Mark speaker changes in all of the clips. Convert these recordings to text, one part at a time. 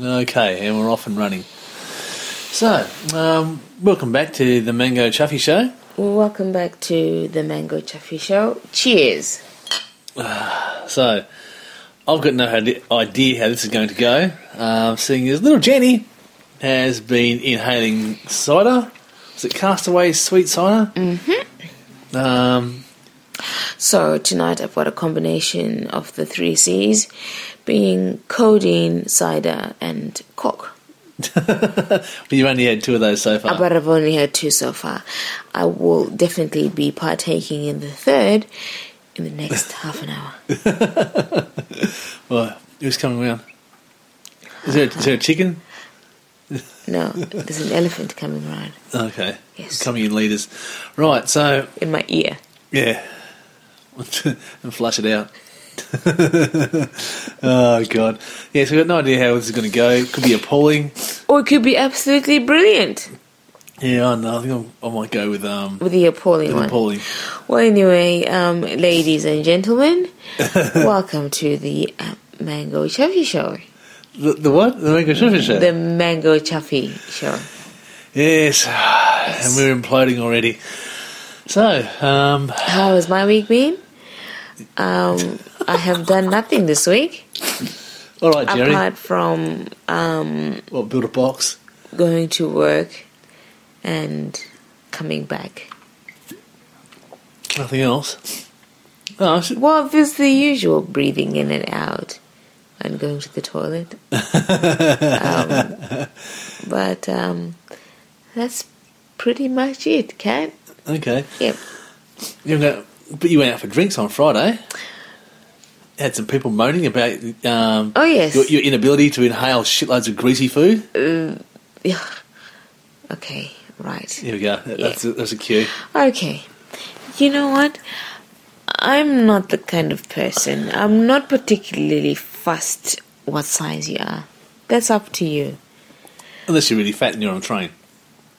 Speaker 1: Okay, and we're off and running. So, um, welcome back to the Mango Chuffy Show.
Speaker 2: Welcome back to the Mango Chaffee Show. Cheers.
Speaker 1: So, I've got no had- idea how this is going to go, um, seeing as little Jenny has been inhaling cider. Was it Castaway Sweet Cider? Mm-hmm. Um,
Speaker 2: So tonight I've got a combination of the three C's, being codeine, cider, and coke.
Speaker 1: but you've only had two of those so far.
Speaker 2: But I've only had two so far. I will definitely be partaking in the third in the next half an hour.
Speaker 1: well, it was coming round. Is there, is there a chicken?
Speaker 2: No, there's an elephant coming around
Speaker 1: Okay.
Speaker 2: Yes.
Speaker 1: Coming in leaders. Right, so
Speaker 2: in my ear.
Speaker 1: Yeah. and flush it out. oh god. Yeah, so we've got no idea how this is gonna go. It could be appalling.
Speaker 2: Or Oh, it could be absolutely brilliant
Speaker 1: Yeah, I know. I think i I might go with um
Speaker 2: with the appalling
Speaker 1: with
Speaker 2: one.
Speaker 1: appalling.
Speaker 2: Well, anyway, um, ladies and gentlemen, welcome to the uh, Mango Chaffee Show.
Speaker 1: The, the what? The Mango Sugar Show.
Speaker 2: The Mango Chaffee Show.
Speaker 1: yes. And we're imploding already. So, um
Speaker 2: How has my week been? Um, I have done nothing this week
Speaker 1: all right, Jerry.
Speaker 2: apart from um,
Speaker 1: Well, build a box.
Speaker 2: going to work and coming back.
Speaker 1: Nothing else. Oh, I should-
Speaker 2: Well, there's the usual breathing in and out and going to the toilet. um, but um, that's pretty much it, Kat.
Speaker 1: okay.
Speaker 2: Yep.
Speaker 1: You know, but you went out for drinks on Friday. Had some people moaning about um,
Speaker 2: Oh, yes.
Speaker 1: your, your inability to inhale shitloads of greasy food.
Speaker 2: Yeah. Okay, right.
Speaker 1: Here we go. That- That's, a, that's a cue.
Speaker 2: Okay. You know what? I'm not the kind of person. I'm not particularly fussed what size you are. That's up to you.
Speaker 1: Unless you're really fat and you're on a train.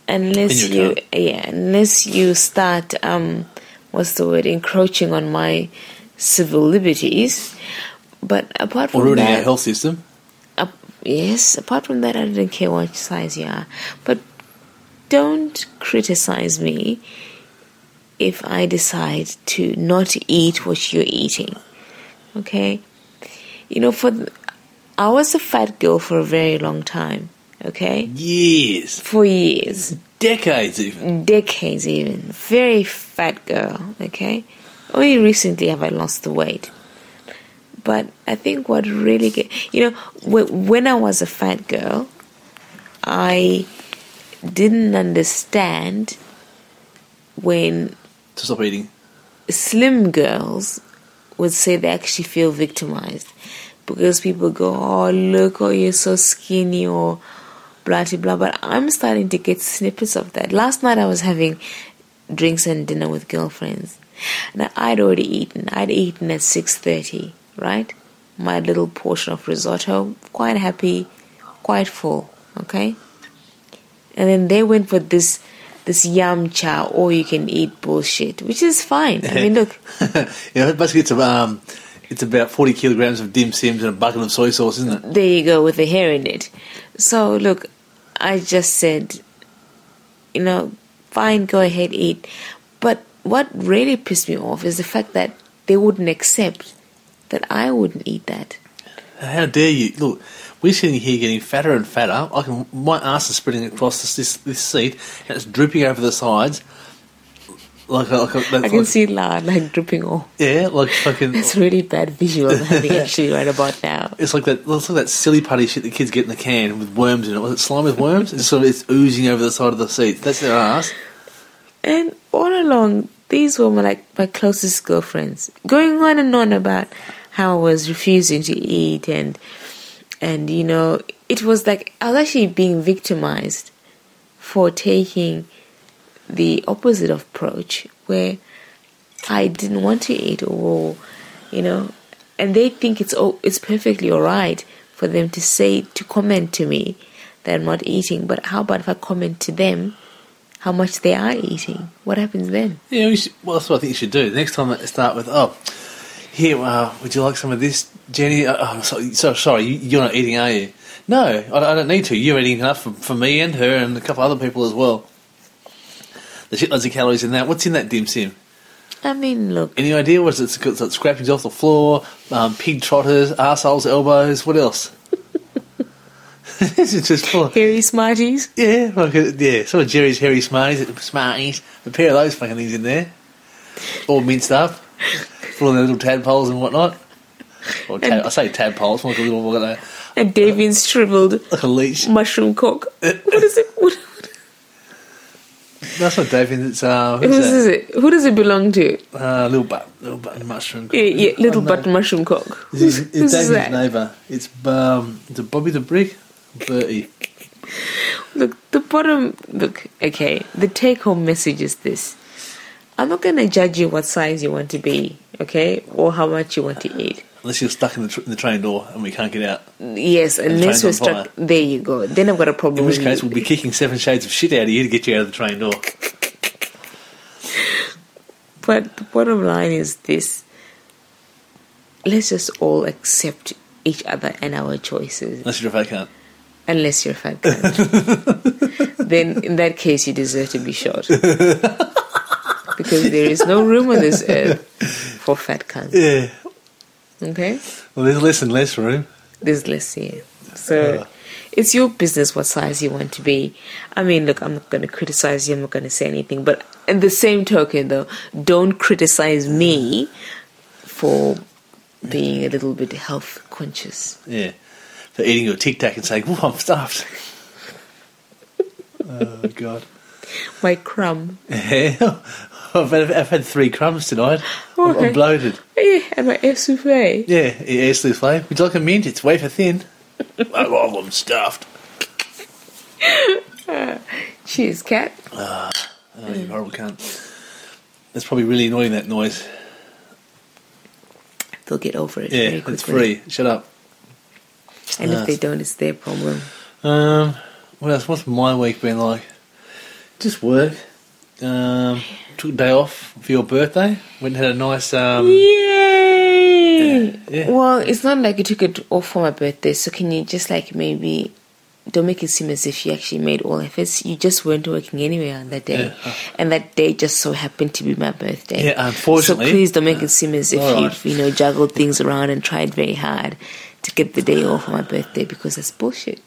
Speaker 2: Unless
Speaker 1: And you
Speaker 2: you yeah, unless you start um what's the word, encroaching on my civil liberties. But apart
Speaker 1: Or
Speaker 2: from
Speaker 1: ruining
Speaker 2: that,
Speaker 1: our health system.
Speaker 2: Ap- yes, apart from that, I didn't care what size you are. But don't criticize me if I decide to not eat what you're eating. Okay? You know, for th- I was a fat girl for a very long time. Okay?
Speaker 1: Years.
Speaker 2: For years
Speaker 1: Decades even.
Speaker 2: decades even very fat girl okay only recently have i lost the weight but i think what really get you know wh- when i was a fat girl i didn't understand when
Speaker 1: To stop eating.
Speaker 2: slim girls would say they actually feel victimized because people go, "Oh, look, oh, you're so skinny," or blah blah blah. But I'm starting to get snippets of that. Last night I was having drinks and dinner with girlfriends. Now I'd already eaten. I'd eaten at six thirty, right? My little portion of risotto, quite happy, quite full. Okay and then they went for this this yam cha or you can eat bullshit, which is fine. I mean, look,
Speaker 1: yeah, basically it's, um, it's about 40 kilograms of dim sims and a bucket of soy sauce, isn't it?
Speaker 2: there you go with the hair in it. So look, I just said, you know, fine, go ahead, eat. But what really pissed me off is the fact that they wouldn't accept that I wouldn't eat that.
Speaker 1: How dare you? Look, we're sitting here getting fatter and fatter. I can My ass is spreading across this, this, this seat and it's dripping over the sides. Like, a- like, a-
Speaker 2: I
Speaker 1: like,
Speaker 2: can see lard like dripping off.
Speaker 1: yeah, like fucking
Speaker 2: That's really bad visual I'm having actually right about now.
Speaker 1: It's like that. It's like that silly putty shit the kids get in the can with worms in it. Was it slime with worms? It's sort of it's oozing over the side of the seat. That's their ass.
Speaker 2: And all along, these were my, like my closest girlfriends, going on and on about how I was refusing to eat, and and you know, it was like I was actually being victimized for taking the opposite approach, where I didn't want to eat, or you know, and they think it's all, it's perfectly all right for them to say to comment to me that I'm not eating, but how about if I comment to them? how much they are eating. What happens then?
Speaker 1: Yeah, we should, well, that's what I think you should do. The next time, I start with, "Oh, here, uh, would you like some of this, Jenny?" Uh, Oh, so, so sorry, you, you're not eating, are you? No, I, I don't need to. You're eating enough for, for me and her and a couple other people as well. The shitloads of calories in that. What's in that dim sim?
Speaker 2: I mean, look,
Speaker 1: Any idea? Was it, it's got scrapings off the floor, um, pig trotters, arseholes, elbows? What else? this is just full.
Speaker 2: hairy smarties.
Speaker 1: Yeah, like a, yeah, sort of Jerry's hairy smarties, smarties. A pair of those fucking things in there, all minced up, full of their little tadpoles and whatnot. Or tad, I say tadpoles, more like a little more like a,
Speaker 2: And Davian's shriveled
Speaker 1: like a leech.
Speaker 2: mushroom cock. What is it? What,
Speaker 1: That's not David. It's uh,
Speaker 2: who
Speaker 1: who's that?
Speaker 2: is it? Who does it belong to?
Speaker 1: Uh, little butt, little button mushroom.
Speaker 2: Yeah, yeah little
Speaker 1: Oh, no.
Speaker 2: button mushroom cock.
Speaker 1: This is,
Speaker 2: Who's,
Speaker 1: it's
Speaker 2: who's
Speaker 1: David's
Speaker 2: that?
Speaker 1: neighbour. It's um, is it Bobby the Brick, Bertie.
Speaker 2: Look, the bottom. Look, okay. The take home message is this I'm not going to judge you what size you want to be, okay? Or how much you want to eat.
Speaker 1: Unless you're stuck in the, tr- in the train door and we can't get out,
Speaker 2: Yes,
Speaker 1: train's
Speaker 2: unless you're
Speaker 1: on
Speaker 2: stuck.
Speaker 1: fire.
Speaker 2: There you go. Then I've got a problem
Speaker 1: in which
Speaker 2: with
Speaker 1: case
Speaker 2: you.
Speaker 1: we'll be kicking seven shades of shit out of you to get you out of the train door.
Speaker 2: But the bottom line is this let's just all accept each other and our choices,
Speaker 1: Unless you're a fat cunt.
Speaker 2: unless you're a fat cunt. then, in that case, you deserve to be shot. because there is no room on this earth for fat cunts,
Speaker 1: Yeah.
Speaker 2: okay?
Speaker 1: Well, there's less and less room.
Speaker 2: There's less here. So. It's your business what size you want to be. I mean, look, I'm not going to criticize you. I'm not going to say anything. But in the same token, though, don't criticize me for being a little bit health conscious.
Speaker 1: Yeah. For eating your Tic Tac and saying, whoa, I'm stuffed. oh, God.
Speaker 2: My crumb.
Speaker 1: Yeah. I've, had, I've had three crumbs tonight. I'm,
Speaker 2: Okay.
Speaker 1: I'm bloated.
Speaker 2: Yeah, and my egg souffle.
Speaker 1: Yeah, air sleeve flame. Would you like a mint? It's wafer thin. oh, I'm stuffed.
Speaker 2: Cheers, cat.
Speaker 1: Oh, you horrible cunt. That's probably really annoying, that noise.
Speaker 2: They'll get over it.
Speaker 1: Yeah,
Speaker 2: very
Speaker 1: it's
Speaker 2: quickly.
Speaker 1: free. Shut up.
Speaker 2: And
Speaker 1: Ah.
Speaker 2: if they don't, it's their problem.
Speaker 1: Um, what else? What's my week been like? Just work. Um, took a day off for your birthday. Went and had a nice. Um,
Speaker 2: Yay!
Speaker 1: Yeah, yeah.
Speaker 2: Well, it's not like you took it off for my birthday, so can you just like maybe don't make it seem as if you actually made all efforts. You just weren't working anyway on that day, and that day just so happened to be my birthday.
Speaker 1: Yeah, unfortunately.
Speaker 2: So please don't make it seem as if
Speaker 1: All
Speaker 2: you've you know juggled things around and tried very hard to get the day off for my birthday because that's bullshit.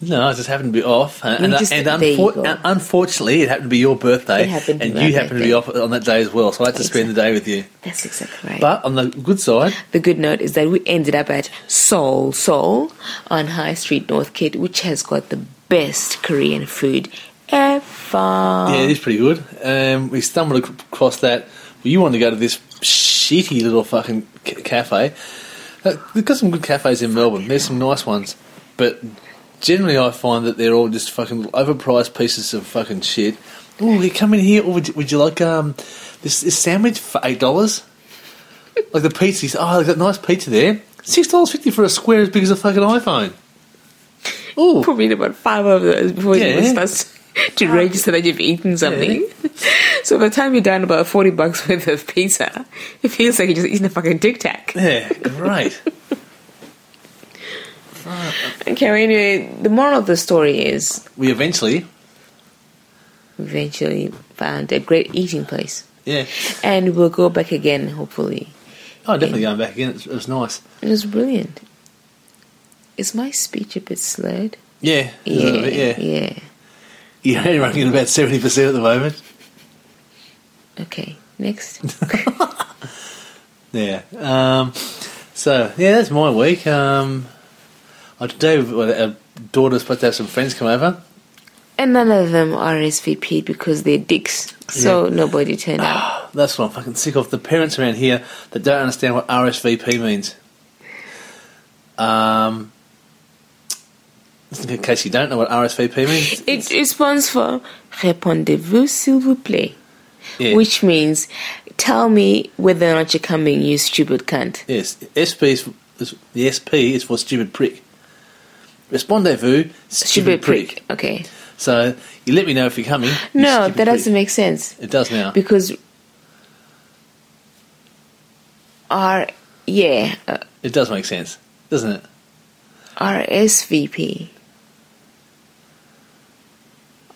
Speaker 1: no, I just happened to be off, and, and,
Speaker 2: You just-
Speaker 1: and
Speaker 2: there you
Speaker 1: unfor-
Speaker 2: go.
Speaker 1: and unfortunately, it happened to be your birthday,
Speaker 2: It happened to
Speaker 1: and
Speaker 2: be
Speaker 1: you
Speaker 2: my
Speaker 1: happened to be off on that day as well. So I had to spend the day with you.
Speaker 2: That's exactly right.
Speaker 1: But on the good side,
Speaker 2: The good note is that we ended up at Seoul Seoul on High Street North Kid, which has got the best Korean food ever.
Speaker 1: yeah, it is pretty good. Um, we stumbled ac- across that. Well, you wanted to go to this shitty little fucking c- cafe. Uh, They've got some good cafes in Melbourne. There's some nice ones, but generally I find that they're all just fucking overpriced pieces of fucking shit. Oh, you come in here, or would you, would you like um this, this sandwich for eight dollars? Like the pizza's oh, they've got nice pizza there. Six dollars fifty for a square as big as a fucking iPhone. Oh,
Speaker 2: Probably about five of those before
Speaker 1: Yeah.
Speaker 2: you starts to register that you've eaten something. so by the time you're down about 40 bucks worth of pizza, it feels like you're just eating a fucking Tic Tac.
Speaker 1: yeah, great.
Speaker 2: Okay, well, anyway, the moral of the story is
Speaker 1: we eventually,
Speaker 2: eventually found a great eating place.
Speaker 1: yeah.
Speaker 2: And we'll go back again, hopefully.
Speaker 1: Oh, definitely going back again. It was, it was nice.
Speaker 2: It was brilliant. Is my speech a bit slurred?
Speaker 1: Yeah, it was a little bit, yeah.
Speaker 2: yeah.
Speaker 1: You're only running at about seventy percent at the moment.
Speaker 2: Okay, next.
Speaker 1: Yeah. Um, so yeah, that's my week. Um, I, today, well, our daughter's supposed to have some friends come over.
Speaker 2: and none of them RSVP because they're dicks, so nobody turned
Speaker 1: Ah.
Speaker 2: up.
Speaker 1: That's what I'm fucking sick of. The parents around here that don't understand what RSVP means. Um, just in case you don't know what RSVP means,
Speaker 2: It, it stands for Répondez-vous s'il vous plaît,
Speaker 1: yeah,
Speaker 2: which means tell me whether or not you're coming, you stupid cunt.
Speaker 1: yes, SP is, is the SP is for stupid prick. Respondez-vous, stupid,
Speaker 2: Stupid
Speaker 1: prick.
Speaker 2: prick. Okay.
Speaker 1: So you let me know if you're coming. you
Speaker 2: No,
Speaker 1: stupid
Speaker 2: that
Speaker 1: prick.
Speaker 2: doesn't make sense
Speaker 1: It does now.
Speaker 2: because R. Yeah, uh,
Speaker 1: It does make sense, doesn't it?
Speaker 2: RSVP.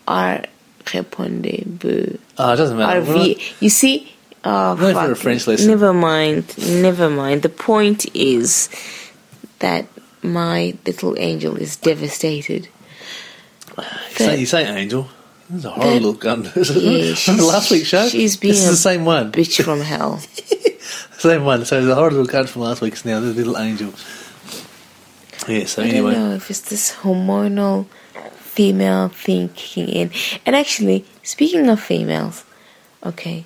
Speaker 2: R répondez-vous.
Speaker 1: Oh, it doesn't matter. We're
Speaker 2: RV. You see, oh,
Speaker 1: We're not
Speaker 2: fuck.
Speaker 1: for a French lesson.
Speaker 2: Never mind. Never mind. The point is that my little angel is devastated.
Speaker 1: not- you, say, you say angel. This is a horrible
Speaker 2: That-
Speaker 1: little gun. isn't
Speaker 2: Yeah,
Speaker 1: it? From
Speaker 2: she's-
Speaker 1: the last week's show.
Speaker 2: she's being
Speaker 1: this is the
Speaker 2: a
Speaker 1: same one.
Speaker 2: Bitch from hell.
Speaker 1: Same one. So the horrible little gun from last week's now the little angel. Yeah. So
Speaker 2: I don't
Speaker 1: anyway,
Speaker 2: know if it's this hormonal female thing kicking in. And actually, speaking of females, okay,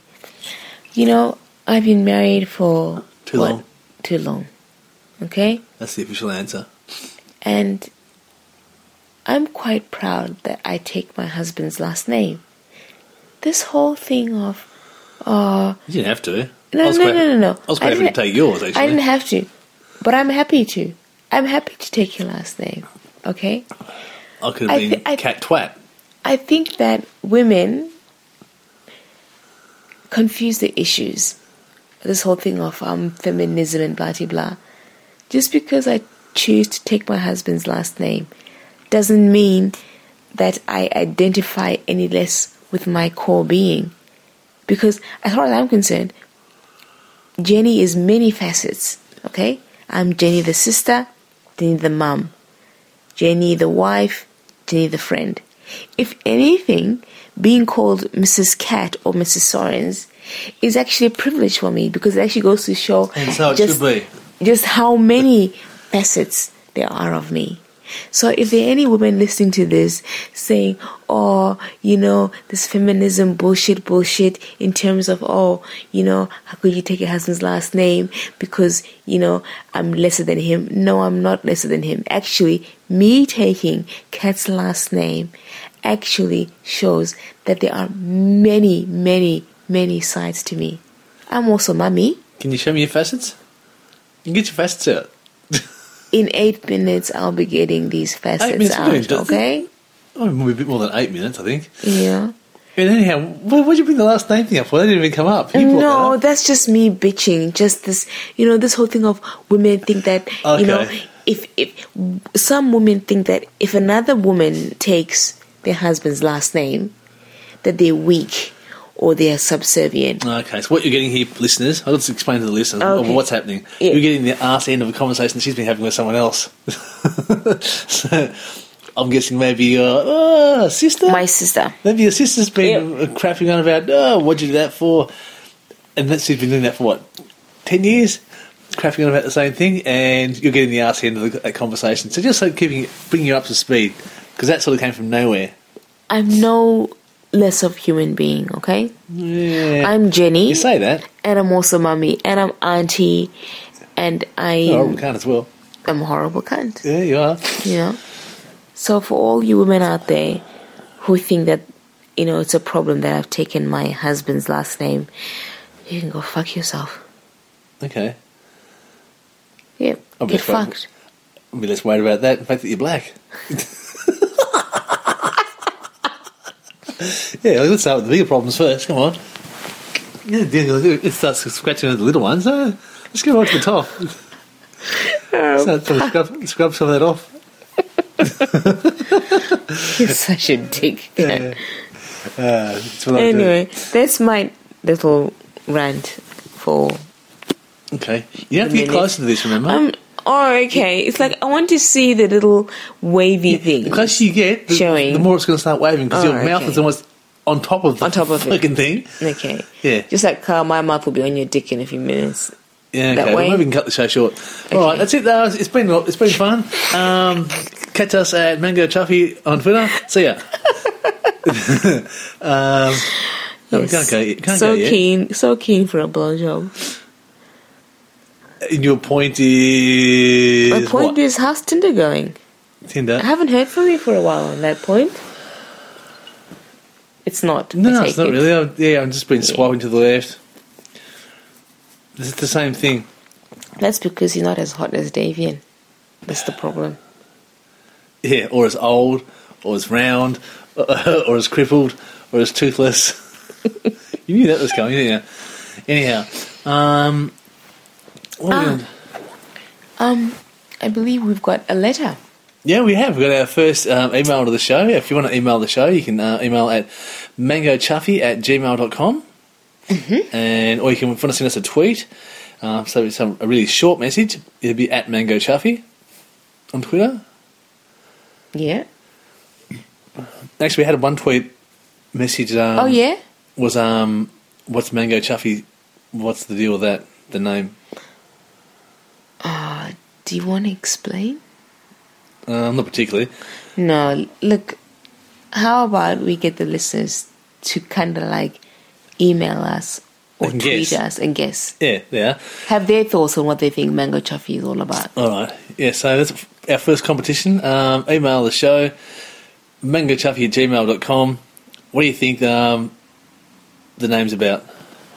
Speaker 2: you know, I've been married for
Speaker 1: Too long.
Speaker 2: Too long, okay,
Speaker 1: that's the official answer.
Speaker 2: and I'm quite proud that I take my husband's last name. This whole thing of, uh,
Speaker 1: You didn't have to. I
Speaker 2: no,
Speaker 1: was
Speaker 2: no,
Speaker 1: quite,
Speaker 2: no, no, no.
Speaker 1: I was quite happy to
Speaker 2: didn't-
Speaker 1: take yours actually.
Speaker 2: I didn't have to, but I'm happy to. I'm happy to take your last name, okay?
Speaker 1: I could
Speaker 2: I
Speaker 1: have been
Speaker 2: thi- I-
Speaker 1: cat twat.
Speaker 2: I think that women confuse the issues. This whole thing of um, feminism and blah blah blah. Just because I choose to take my husband's last name doesn't mean that I identify any less with my core being. Because as far as I'm concerned, Jenny is many facets. Okay, I'm Jenny the sister, Jenny the mum, Jenny the wife, Jenny the friend. If anything, being called Mrs. Cat or Mrs. Sorens is actually a privilege for me because it actually goes to show
Speaker 1: And so it
Speaker 2: just,
Speaker 1: should be.
Speaker 2: just how many facets there are of me. So if there are any women listening to this saying, oh, you know, this feminism bullshit, bullshit, in terms of, oh, you know, how could you take your husband's last name because, you know, I'm lesser than him. No, I'm not lesser than him. Actually, me taking Kat's last name actually shows that there are many, many, many sides to me. I'm also mummy.
Speaker 1: Can you show me your facets? You can get your facets out.
Speaker 2: in eight minutes I'll be getting these facets
Speaker 1: minutes, really,
Speaker 2: out.
Speaker 1: that's-
Speaker 2: Okay.
Speaker 1: Oh, maybe a bit more than eight minutes, I think.
Speaker 2: Yeah.
Speaker 1: And anyhow, what did you bring the last name thing up for? That didn't even come up. You brought
Speaker 2: No,
Speaker 1: that up.
Speaker 2: that's just me bitching. Just this, you know, this whole thing of women think that you know,
Speaker 1: Okay.
Speaker 2: if if some women think that if another woman takes their husband's last name, that they're weak or they are subservient.
Speaker 1: Okay, so what you're getting here, listeners, I'll just explain to the listeners
Speaker 2: Okay.
Speaker 1: what's happening.
Speaker 2: Yeah.
Speaker 1: You're getting the arse end of a conversation she's been having with someone else. so I'm guessing maybe your uh, sister?
Speaker 2: My sister.
Speaker 1: maybe your sister's been crapping on about, oh, what'd you do that for? And that's she's been doing that for what, 10 years? Crapping on about the same thing, and you're getting the arse end of the, that conversation. So just like keeping, bringing you up to speed, because that sort of came from nowhere.
Speaker 2: I'm no less of human being, okay?
Speaker 1: Yeah.
Speaker 2: I'm Jenny.
Speaker 1: you say that.
Speaker 2: and I'm also mummy and I'm auntie and I
Speaker 1: Oh, we can't as well.
Speaker 2: I'm a horrible cunt.
Speaker 1: Yeah, you are.
Speaker 2: You know? So for all you women out there who think that, you know, it's a problem that I've taken my husband's last name, you can go fuck yourself.
Speaker 1: Okay.
Speaker 2: Yeah.
Speaker 1: I'll be
Speaker 2: Get
Speaker 1: fucked.
Speaker 2: fucked.
Speaker 1: I'll be less worried about that. The fact that you're black. yeah, let's start with the bigger problems first. Come on. Yeah, it starts scratching at the little ones. Huh? Let's go right to the top. So, so scrub, scrub some of that off.
Speaker 2: You're such a dick.
Speaker 1: Yeah. Uh, that's what I do.
Speaker 2: Anyway, that's my little rant for
Speaker 1: Okay. You have to get
Speaker 2: Minute.
Speaker 1: closer to this, remember?
Speaker 2: um oh okay. It's like I want to see the little wavy
Speaker 1: The
Speaker 2: thing.
Speaker 1: closer you get, the,
Speaker 2: Showing.
Speaker 1: the more it's going to start waving because
Speaker 2: Oh,
Speaker 1: your mouth
Speaker 2: okay.
Speaker 1: is almost on top of the
Speaker 2: On top of it.
Speaker 1: fucking thing.
Speaker 2: Okay.
Speaker 1: Yeah.
Speaker 2: Just like Carl, my mouth will be on your dick in a few minutes.
Speaker 1: Yeah, okay.
Speaker 2: that
Speaker 1: Well,
Speaker 2: way.
Speaker 1: maybe we can cut the show short. All right, that's it. Though. It's been it's been fun. Um, catch us at Mango Chuffy on Twitter. See ya. um, no, we can't go. yet- Can't
Speaker 2: so
Speaker 1: go yet.
Speaker 2: keen, so keen for a blowjob.
Speaker 1: And your point is
Speaker 2: My point
Speaker 1: what?
Speaker 2: is, how's Tinder going?
Speaker 1: Tinder.
Speaker 2: I haven't heard from you for a while on that point. It's not. I
Speaker 1: no,
Speaker 2: take
Speaker 1: it's not
Speaker 2: it.
Speaker 1: really. I've, yeah, I've just been swiping to the left. It's the same thing.
Speaker 2: That's because you're not as hot as Davian. That's the problem.
Speaker 1: Yeah, or as old, or as round, or as crippled, or as toothless. you knew that was coming, didn't you? Anyhow, um, what are we
Speaker 2: Ah.
Speaker 1: on?
Speaker 2: Um, I believe we've got a letter.
Speaker 1: Yeah, we have. We've got our first um, email to the show. If you want to email the show, you can uh, email at mangochuffy at gmail.com. Mm-hmm. And, or you can if you want to send us a tweet. Um, so it's some, a really short message. It'll be at mangochuffy on Twitter.
Speaker 2: Yeah.
Speaker 1: Actually, we had one tweet message. Um,
Speaker 2: oh yeah.
Speaker 1: Was um, what's Mango Chuffy? What's the deal with that? The name?
Speaker 2: Uh, do you want to explain?
Speaker 1: Uh, not particularly.
Speaker 2: No. Look, how about we get the listeners to kind of like email us or
Speaker 1: And
Speaker 2: tweet
Speaker 1: guess.
Speaker 2: us and guess,
Speaker 1: Yeah, yeah.
Speaker 2: have their thoughts on what they think Mango Chuffy is all about.
Speaker 1: All right. Yeah. So that's our first competition. Um, email the show mangochuffy at gmail.com. What do you think um, the name's about?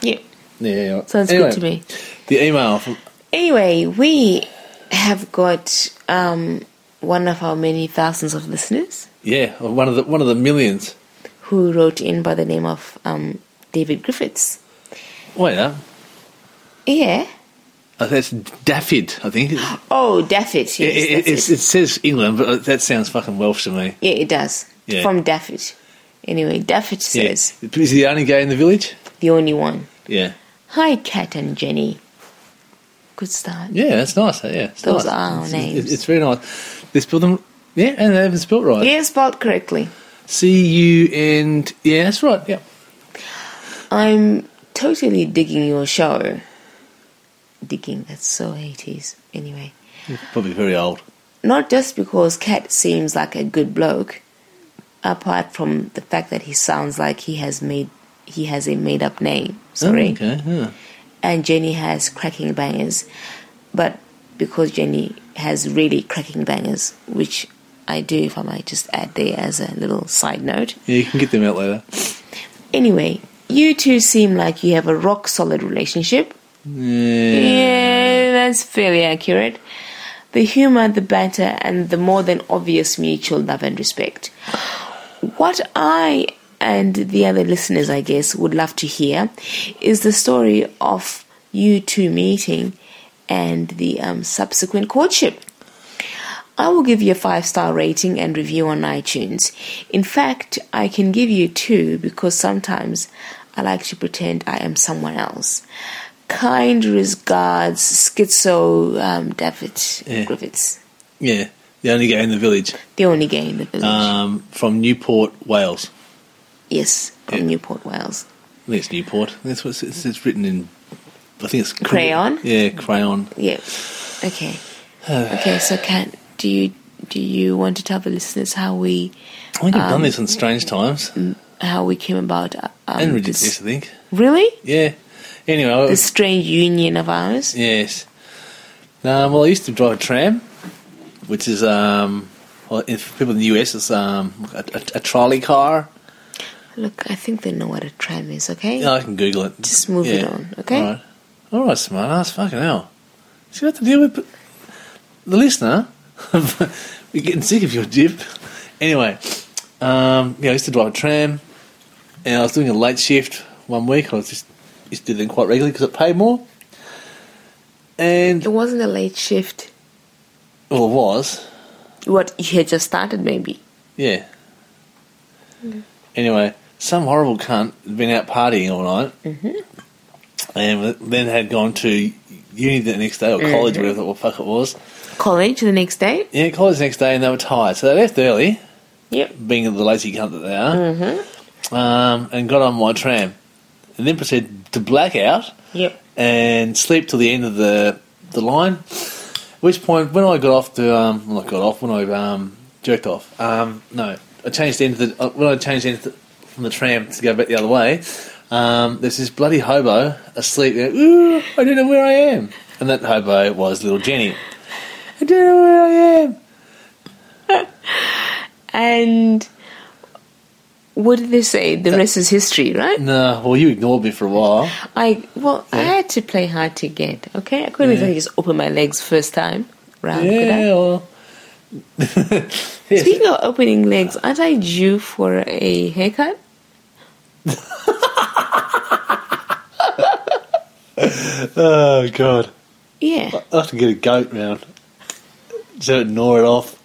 Speaker 2: Yeah,
Speaker 1: Yeah. yeah.
Speaker 2: sounds
Speaker 1: Anyway,
Speaker 2: good to me.
Speaker 1: The email. From,
Speaker 2: Anyway, we have got um, one of our many thousands of listeners
Speaker 1: yeah, one of the one of the millions.
Speaker 2: who wrote in by the name of um, David Griffiths.
Speaker 1: Wait up.
Speaker 2: Yeah.
Speaker 1: Uh, that's Daffid, I think.
Speaker 2: Oh, Daffit. Yes,
Speaker 1: it, it,
Speaker 2: that's
Speaker 1: it's-
Speaker 2: it.
Speaker 1: it says England, but that sounds fucking Welsh to me.
Speaker 2: Yeah, it does.
Speaker 1: Yeah.
Speaker 2: From Daffit. Anyway, Daffit says,
Speaker 1: Yeah. Is he the only guy in the village?
Speaker 2: the only one.
Speaker 1: Yeah.
Speaker 2: Hi, Kat and Jenny. Good start.
Speaker 1: Yeah, that's nice. eh? Yeah, it's
Speaker 2: Those
Speaker 1: nice.
Speaker 2: are our
Speaker 1: it's,
Speaker 2: names.
Speaker 1: It's, it's very nice. They spelled them. Yeah, and they haven't spelled right.
Speaker 2: Yeah, spelled correctly.
Speaker 1: C U N. Yeah, that's right. Yeah.
Speaker 2: I'm totally digging your show. Digging, that's so 80s. Anyway.
Speaker 1: Probably very old.
Speaker 2: Not just because Cat seems like a good bloke, apart from the fact that he sounds like he has made he has a made up name. Sorry.
Speaker 1: Oh, okay. Yeah.
Speaker 2: and Jenny has cracking bangers, but because Jenny has really cracking bangers, which I do, if I might just add there as a little side note.
Speaker 1: yeah, you can get them out later.
Speaker 2: Anyway, you two seem like you have a rock solid relationship.
Speaker 1: Yeah.
Speaker 2: Yeah, that's fairly accurate. The humor, the banter, and the more than obvious mutual love and respect. What I and the other listeners, I guess, would love to hear is the story of you two meeting and the um, subsequent courtship. I will give you a five star rating and review on iTunes. In fact, I can give you two because sometimes I like to pretend I am someone else. Kind regards, schizo um, David
Speaker 1: Yeah.
Speaker 2: Griffiths,
Speaker 1: Yeah. The only guy in the village
Speaker 2: the only gay in the village.
Speaker 1: um, from Newport, Wales.
Speaker 2: yes, from
Speaker 1: yeah.
Speaker 2: Newport, Wales.
Speaker 1: I think it's Newport. That's what it's, it's written in. I think it's
Speaker 2: Crayon?
Speaker 1: Yeah, crayon.
Speaker 2: Yeah. Okay. okay. So, can do you do you want to tell the listeners how we
Speaker 1: I think I've done this
Speaker 2: Um,
Speaker 1: on Strange Times
Speaker 2: how we came about? uh, Um,
Speaker 1: and Oh. Ridiculous.
Speaker 2: this-
Speaker 1: I think.
Speaker 2: Really,
Speaker 1: Yeah. Anyway, I
Speaker 2: this strange union of ours.
Speaker 1: Yes. Um, well, I used to drive a tram, which is um, well, if people in the US, it's um, a, a, a trolley car.
Speaker 2: Look, I think they know what a tram is. Okay.
Speaker 1: Yeah, I can Google it.
Speaker 2: Just move it on, okay?
Speaker 1: All right, All right smart ass. Fucking hell. See what to deal with the listener. We're getting sick of your dip. Anyway, um, yeah, I used to drive a tram, and I was doing a late shift one week. I was just used to do them quite regularly because it paid more. And
Speaker 2: It wasn't a late shift.
Speaker 1: well, it was.
Speaker 2: What you had just started, maybe.
Speaker 1: Yeah. Anyway, some horrible cunt had been out partying all night, mm-hmm. and then had gone to uni the next day or college, whatever the fuck it was.
Speaker 2: College the next day.
Speaker 1: Yeah, college the next day, and they were tired, so they left early,
Speaker 2: Yep.
Speaker 1: being the lazy cunt that they are, mm-hmm. um, and got on my tram, and then proceeded to blackout
Speaker 2: Yep.
Speaker 1: and sleep till the end of the the line. At which point, when I got off to um, well, not got off when I um, jerked off. Um, no, I changed into the uh, when I changed into the, from the tram to go back the other way. Um, there's this bloody hobo asleep. There, Ooh, I don't know where I am. And that hobo was little Jenny. I don't know where I am.
Speaker 2: And what did they say? The rest is history, right?
Speaker 1: No, well, you ignored me for a while.
Speaker 2: I well, I
Speaker 1: Mm. Yeah.
Speaker 2: had to play hard to get. Okay, I couldn't
Speaker 1: Yeah.
Speaker 2: just open my legs first time round. could I?
Speaker 1: yeah. Well, Yes.
Speaker 2: Speaking of opening legs, aren't I due for a haircut?
Speaker 1: Oh god,
Speaker 2: Yeah.
Speaker 1: I have to get a goat round. to gnaw it off.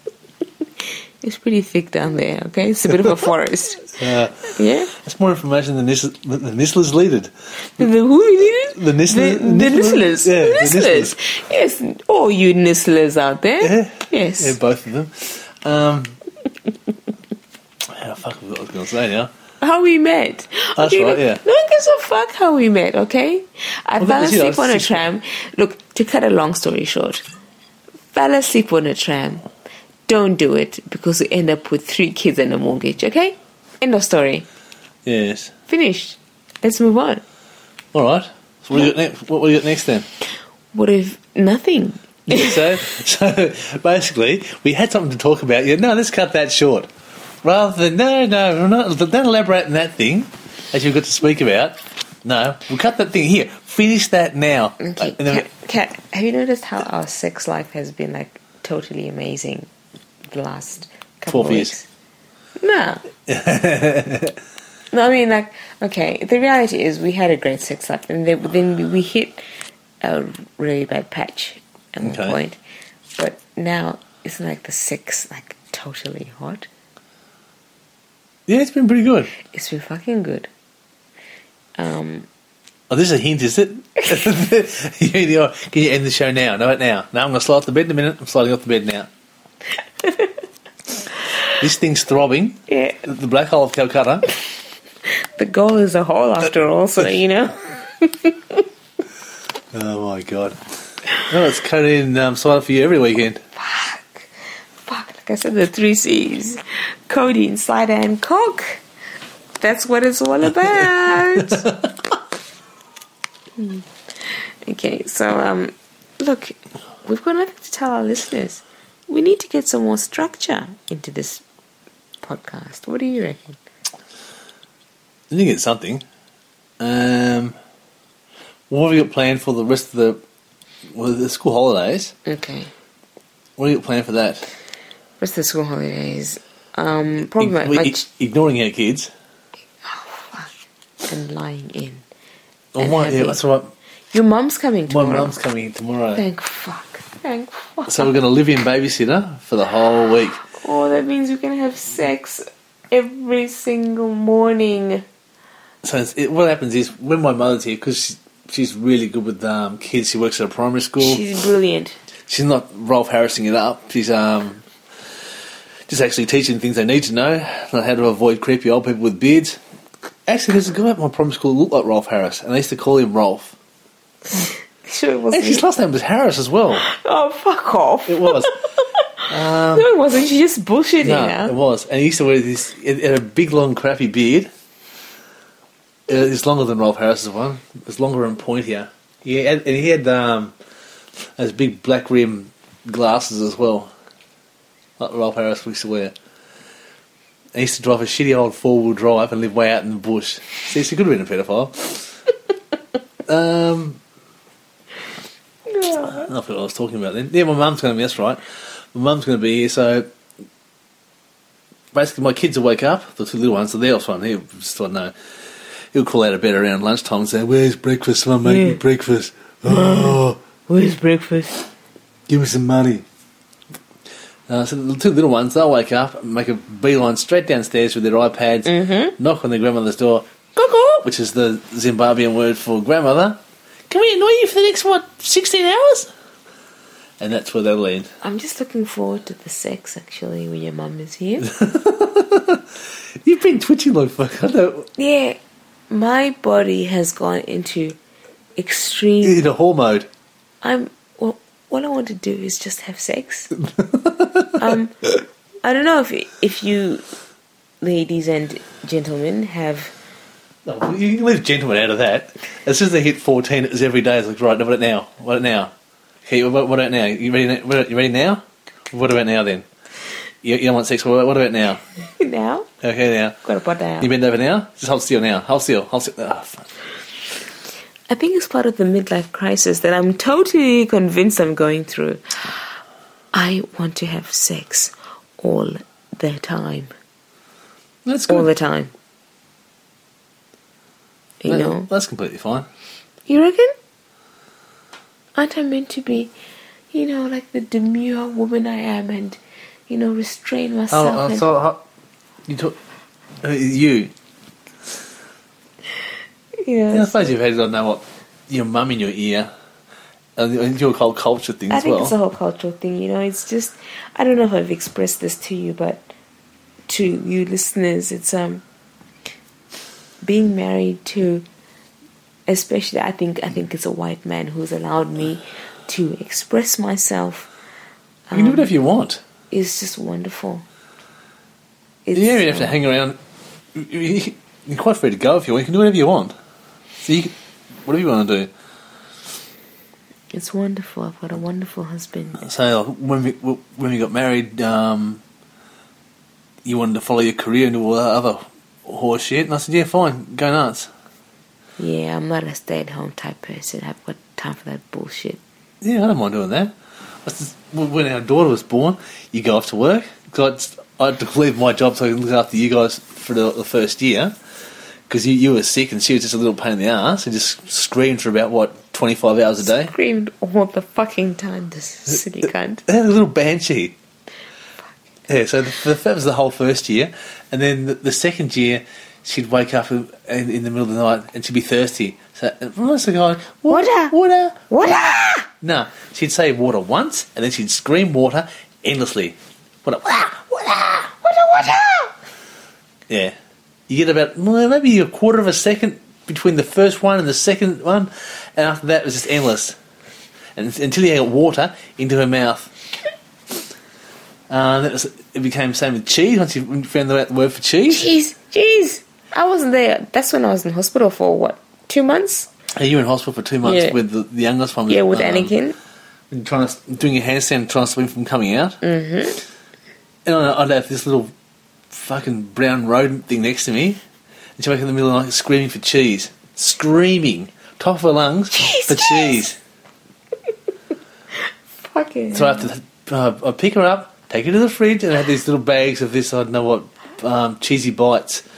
Speaker 2: It's pretty thick down there, okay? It's a bit of a forest.
Speaker 1: Uh,
Speaker 2: Yeah?
Speaker 1: that's more information than this, than this list needed.
Speaker 2: The who it is?
Speaker 1: The Nisla-
Speaker 2: The, the
Speaker 1: Nisla-
Speaker 2: Nislas.
Speaker 1: Yeah,
Speaker 2: the
Speaker 1: the
Speaker 2: Nislas. Yes, all you Nislas out there.
Speaker 1: Yeah.
Speaker 2: Yes.
Speaker 1: Yeah, both of them. Um, how fuck what I was going to say now?
Speaker 2: How we met.
Speaker 1: That's right,
Speaker 2: look,
Speaker 1: yeah.
Speaker 2: No one gives a fuck how we met, okay? I
Speaker 1: Well, that
Speaker 2: fell
Speaker 1: was, you know,
Speaker 2: asleep on a
Speaker 1: six-
Speaker 2: tram. Look, to cut a long story short, fell asleep on a tram. Don't do it because you end up with three kids and a mortgage, okay? End of story.
Speaker 1: Yes.
Speaker 2: Finished. Let's move on.
Speaker 1: All right. So what do you got next? What, what do you got next then?
Speaker 2: What if nothing?
Speaker 1: so, so basically, we had something to talk about. Yeah, no, let's cut that short. Rather than no, no, we're not, don't elaborate on that thing that you've got to speak about. No, we'll cut that thing here. Finish that now.
Speaker 2: Okay.
Speaker 1: Uh, and then-
Speaker 2: Kat, Kat, have you noticed how our sex life has been like totally amazing the last couple
Speaker 1: 12
Speaker 2: of
Speaker 1: years.
Speaker 2: weeks? No. no, I mean, like, okay, the reality is we had a great sex life, and then, then we- we hit a really bad patch at one
Speaker 1: Okay.
Speaker 2: point. But now, isn't like the sex like totally hot?
Speaker 1: yeah, it's been pretty good.
Speaker 2: It's been fucking good. Um,
Speaker 1: Oh, this is a hint, is it? You know, Can you end the show now? No, it now. No, I'm going to slide off the bed in a minute. I'm sliding off the bed now. this thing's throbbing.
Speaker 2: yeah,
Speaker 1: The black hole of Calcutta.
Speaker 2: the goal is a whole after all, so you know.
Speaker 1: Oh my god. No, it's cut in um, cider for you every weekend.
Speaker 2: Fuck. Fuck. Like I said, the three C's codeine, cider, and coke. That's what it's all about. Hmm. okay, so, um, look, we've got nothing to tell our listeners. We need to get some more structure into this podcast. What do you reckon?
Speaker 1: Then you get something. Um, what have you got planned for the rest of the well, the school holidays?
Speaker 2: Okay.
Speaker 1: What have you got planned for that?
Speaker 2: What's the school holidays? Um, probably
Speaker 1: Ig-
Speaker 2: my,
Speaker 1: we-
Speaker 2: my
Speaker 1: ig- ignoring our kids.
Speaker 2: ch- and lying in.
Speaker 1: Oh,
Speaker 2: And
Speaker 1: my,
Speaker 2: having-
Speaker 1: yeah, that's right.
Speaker 2: Your mum's coming
Speaker 1: My
Speaker 2: tomorrow.
Speaker 1: mum's coming in tomorrow.
Speaker 2: Thank fuck. Thank fuck.
Speaker 1: So we're going to live in babysitter for the whole week.
Speaker 2: Oh, that means we can have sex every single morning.
Speaker 1: So it's, it, what happens is when my mother's here, because she, she's really good with um, kids, she works at a primary school.
Speaker 2: She's brilliant.
Speaker 1: she's not Rolf Harrising it up. She's um, just actually teaching things they need to know, like how to avoid creepy old people with beards. Actually, there's a guy at my primary school who looked like Rolf Harris, and they used to call him Rolf.
Speaker 2: Sure, it
Speaker 1: Actually, his
Speaker 2: wasn't.
Speaker 1: last name was Harris as well.
Speaker 2: Oh, fuck off.
Speaker 1: It was. Um,
Speaker 2: no, it wasn't. She's just bullshitting
Speaker 1: no,
Speaker 2: now.
Speaker 1: it was. And he used to wear this, it had a big, long, crappy beard. Uh, It's longer than Rolf Harris's one. It's longer and pointier. Yeah, and and he had um, those big black rim glasses as well, like Rolf Harris used to wear. He used to drive a shitty old four wheel drive and live way out in the bush. See, so he could have been a pedophile. um, I
Speaker 2: Yeah.
Speaker 1: forgot what I was talking about then. Yeah, my mum's going to be, that's right. My mum's going to be here, so basically my kids will wake up, the two little ones, so they're off on here, just don't know. He'll call out of bed around lunchtime and say, Where's breakfast? Someone make me
Speaker 2: Yeah.
Speaker 1: breakfast. Oh,
Speaker 2: Where's breakfast?
Speaker 1: give me some money. Uh, so the two little ones, they'll wake up, make a beeline straight downstairs with their iPads, knock on their grandmother's door,
Speaker 2: Coco!
Speaker 1: which is the Zimbabwean word for grandmother. Can we annoy you for the next, what, 16 hours? And that's where they'll end.
Speaker 2: I'm just looking forward to the sex, actually, when your mum is here.
Speaker 1: You've been twitching like fuck. I know.
Speaker 2: yeah. My body has gone into extreme.
Speaker 1: In a whore mode.
Speaker 2: I'm. Well, what I want to do is just have sex. um, I don't know if if you, ladies and gentlemen, have
Speaker 1: No, you can leave gentlemen out of that. As soon as they hit 14, it was every day. It's like, right, no, what about now? What about now? Okay, what, what about now? You ready, now- what, you ready now? What about now then? You, you don't want sex? What, what about now?
Speaker 2: now
Speaker 1: Okay, now.
Speaker 2: got a pot now.
Speaker 1: You bend over now? Just hold still now. Hold still. Hold still. Ah, fuck.
Speaker 2: I think it's part of the midlife crisis that I'm totally convinced I'm going through. I want to have sex all the time,
Speaker 1: That's
Speaker 2: all
Speaker 1: good.
Speaker 2: the time. You
Speaker 1: That-
Speaker 2: know,
Speaker 1: That's completely fine.
Speaker 2: you reckon? Aren't I meant to be, you know, like the demure woman I am and, you know, restrain myself.
Speaker 1: Oh,
Speaker 2: and,
Speaker 1: so how, you talk, uh, you.
Speaker 2: yeah,
Speaker 1: Yeah, I
Speaker 2: so
Speaker 1: suppose you've had it on now. What your mum in your ear, and, and your whole culture thing
Speaker 2: I
Speaker 1: as
Speaker 2: think
Speaker 1: well.
Speaker 2: it's a whole cultural thing, you know. It's just, I don't know if I've expressed this to you, but to you listeners, it's um being married to, especially I think I think it's a white man who's allowed me to express myself.
Speaker 1: you can do whatever you want.
Speaker 2: It's just wonderful. It's,
Speaker 1: You don't even have to hang around. You- you- You're quite free to go if you want. You can do whatever you want. So you, can- whatever you want to do.
Speaker 2: It's wonderful. I've got a wonderful husband.
Speaker 1: So like, when we when we got married, um, you wanted to follow your career and do all that other horse shit, and I said, "Yeah, fine, go nuts."
Speaker 2: Yeah, I'm not a stay at home type person. I've got time for that bullshit.
Speaker 1: Yeah, I don't mind doing that. I said, "Well, when our daughter was born, you go off to work. 'Cause I I had to leave my job so I could look after you guys for the, the first year because you, you were sick and she was just a little pain in the ass and just screamed for about what twenty five hours a day.
Speaker 2: Screamed all the fucking time, this silly cunt.
Speaker 1: They had a little banshee. Yeah, so the, that was the whole first year, and then the, the second year, she'd wake up in, in, in the middle of the night and she'd be thirsty. So and I was going, water,
Speaker 2: Water!
Speaker 1: water,
Speaker 2: What?
Speaker 1: No, she'd say water once, and then she'd scream water endlessly. Water, water, water, water, water. Yeah, you get about well, maybe a quarter of a second between the first one and the second one, and after that it was just endless, and until you got water into her mouth. Uh, that was, it became the same with cheese once you found out the word for cheese.
Speaker 2: Jeez, jeez. I wasn't there. That's when I was in hospital for what? Two months?
Speaker 1: And you were in hospital for two months
Speaker 2: Yeah.
Speaker 1: with the, the youngest one.
Speaker 2: Yeah, with
Speaker 1: um,
Speaker 2: Anakin.
Speaker 1: and trying to doing a handstand, trying to stop him from coming out. Mm-hmm. And I- I'd have this little fucking brown rodent thing next to me, and she'd wake up in the middle of the night screaming for cheese, screaming top of her lungs
Speaker 2: Cheese,
Speaker 1: for cheese.
Speaker 2: cheese! Fucking.
Speaker 1: So I have to uh, I pick her up, take her to the fridge, and I had these little bags of this I don't know what um, cheesy bites.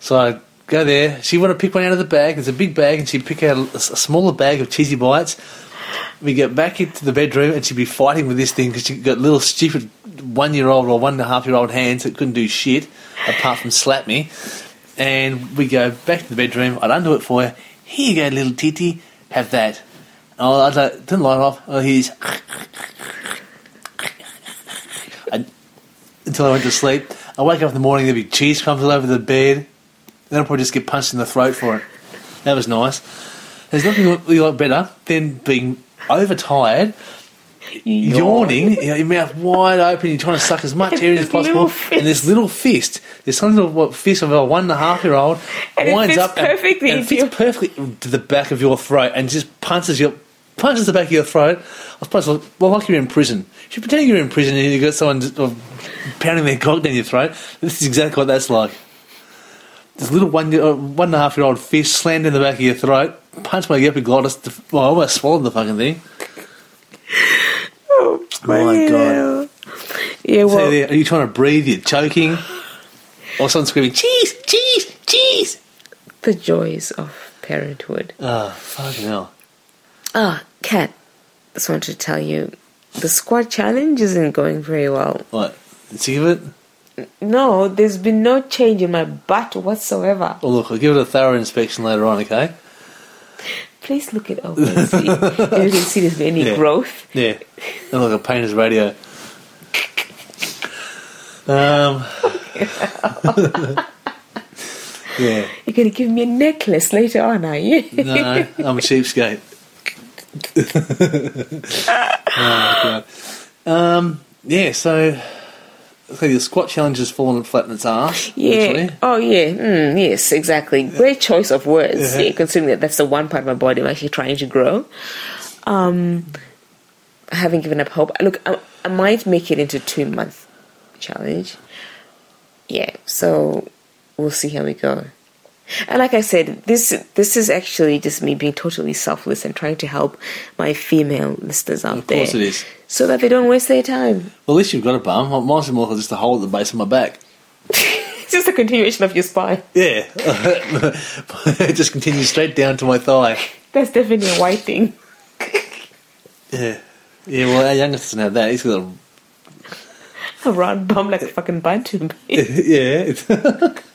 Speaker 1: So I go there. She wanted to pick one out of the bag. It's a big bag, and she'd pick out a, a smaller bag of cheesy bites. We get back into the bedroom, and she'd be fighting with this thing because she got little stupid one-year-old or one and a half-year-old hands that couldn't do shit apart from slap me. And we go back to the bedroom. I'd undo it for her. Here you go, little titty. Have that. Oh, I don't- didn't light off. Oh, here's I, until I went to sleep. I wake up in the morning, there'd be cheese crumbs all over the bed. Then I'd probably just get punched in the throat for it. That was nice. There's nothing really like better than being overtired, yawning, you know, your mouth wide open, you're trying to suck as much air in as
Speaker 2: This little
Speaker 1: possible, and this little fist, this tiny little what, fist of a one and a half year old,
Speaker 2: And it
Speaker 1: winds
Speaker 2: fits
Speaker 1: up and-
Speaker 2: perfectly
Speaker 1: and, it
Speaker 2: into
Speaker 1: fits
Speaker 2: your-
Speaker 1: perfectly to the back of your throat and just punches your punches the back of your throat. I suppose like- well, like you're in prison. If you're pretending you're in prison and you've got someone just, uh, pounding their cock down your throat, this is exactly what that's like. This little one, year- uh, one and a half year old fish slammed in the back of your throat, punched my epiglottis. To, well, I almost swallowed the fucking thing.
Speaker 2: Oh,
Speaker 1: My God.
Speaker 2: Yeah,
Speaker 1: So
Speaker 2: well,
Speaker 1: there, are you trying to breathe? You're choking, or someone screaming, "Cheese, cheese, cheese!"
Speaker 2: the joys of parenthood.
Speaker 1: Oh, fucking hell!
Speaker 2: Ah, Kat, just wanted to tell you the squad challenge isn't going very well.
Speaker 1: What? Did you give it?
Speaker 2: No, there's been no change in my butt whatsoever.
Speaker 1: Well, Oh, look, I'll give it a thorough inspection later on. Okay.
Speaker 2: Please look it over and see if you can see there's been any
Speaker 1: Yeah.
Speaker 2: growth.
Speaker 1: Yeah, and like a painter's radio. Um. yeah.
Speaker 2: You're going to give me a necklace later on, are you?
Speaker 1: No, I'm a cheapskate. oh, God. Um. Yeah. So. So the squat challenge has fallen flat in its arse.
Speaker 2: Yeah.
Speaker 1: literally.
Speaker 2: Oh, yeah. Mm, yes, exactly. Great choice of words.
Speaker 1: Yeah.
Speaker 2: Yeah, considering that that's the one part of my body I'm actually trying to grow. Um, I haven't given up hope. Look, I, I might make it into two month challenge. Yeah. So we'll see how we go. And like I said, this this is actually just me being totally selfless and trying to help my female listeners out
Speaker 1: Of course
Speaker 2: there.
Speaker 1: it is.
Speaker 2: So that they don't waste their time.
Speaker 1: Well, at least you've got a bum. Mine's more like just a hole at the base of my back.
Speaker 2: it's just a continuation of your spine.
Speaker 1: Yeah. it just continues straight down to my thigh.
Speaker 2: That's definitely a white thing.
Speaker 1: Yeah. Yeah, well, our youngest doesn't have that. He's got a.
Speaker 2: A round bum like a fucking bantu.
Speaker 1: yeah. It's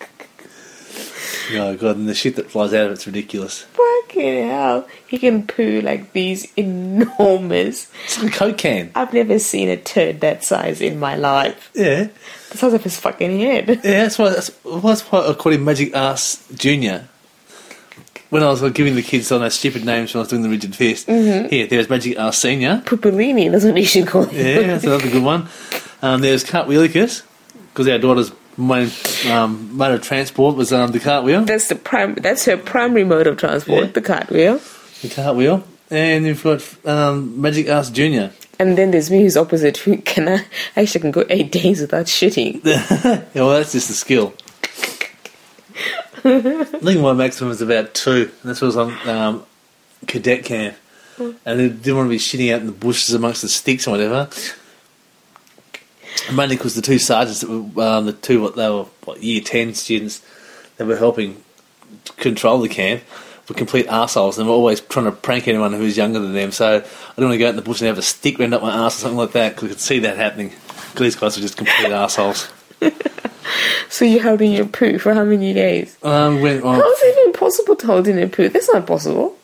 Speaker 1: oh, God. And the shit that flies out of it's ridiculous.
Speaker 2: fucking hell. He can poo like these enormous.
Speaker 1: It's like a Coke can.
Speaker 2: I've never seen a turd that size in my life.
Speaker 1: Yeah.
Speaker 2: The size of his fucking head.
Speaker 1: Yeah, that's why, that's, well, that's why I called him Magic Ass Junior. When I was giving the kids all those stupid names when I was doing the rigid fist, here there's Magic Ass Senior.
Speaker 2: Pupilini, that's what you should call
Speaker 1: Yeah,
Speaker 2: him.
Speaker 1: that's another good one. Um, there's Cartwheelicus because our daughter's main um, mode of transport was um, the cartwheel.
Speaker 2: That's the prime. That's her primary mode of transport,
Speaker 1: Yeah.
Speaker 2: the cartwheel.
Speaker 1: The cartwheel, and you've got um, Magic Ass Junior.
Speaker 2: And then there's me who's opposite. Who can I actually can go eight days without shitting?
Speaker 1: yeah, well, that's just the skill. I think my maximum was about two, and this was on um, cadet camp. And they didn't want to be shitting out in the bushes amongst the sticks and whatever. Mainly because the two sergeants, that were, um, the two what they were what, year ten students that were helping control the camp, were complete arseholes and were always trying to prank anyone who was younger than them. So I didn't want to go out in the bush and have a stick round up my arse or something like that because I could see that happening. 'Cause These guys were just complete arseholes.
Speaker 2: So you're holding your poo for how many days?
Speaker 1: Um, went on.
Speaker 2: How is it even possible to hold in a poo? That's not possible.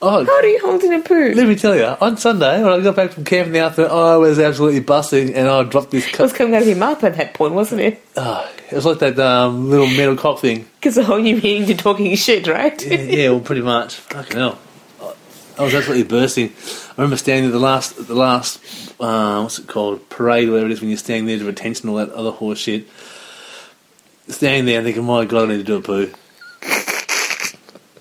Speaker 2: How
Speaker 1: Oh,
Speaker 2: do you hold in a poo?
Speaker 1: let me tell you, on Sunday when I got back from camp in the afternoon, I was absolutely busting, and I dropped this
Speaker 2: It was
Speaker 1: cup.
Speaker 2: coming out of your mouth at that point, wasn't it?
Speaker 1: Oh, it was like that um, little metal cock thing.
Speaker 2: Because the whole you meaning you're talking shit, right?
Speaker 1: Yeah, yeah, well, pretty much. Fucking hell, I- I was absolutely bursting. I remember standing at the last, at the last, uh, what's it called, parade, whatever it is, when you're standing there to retention, all that other horse shit. Standing there, thinking, my God, I need to do a poo.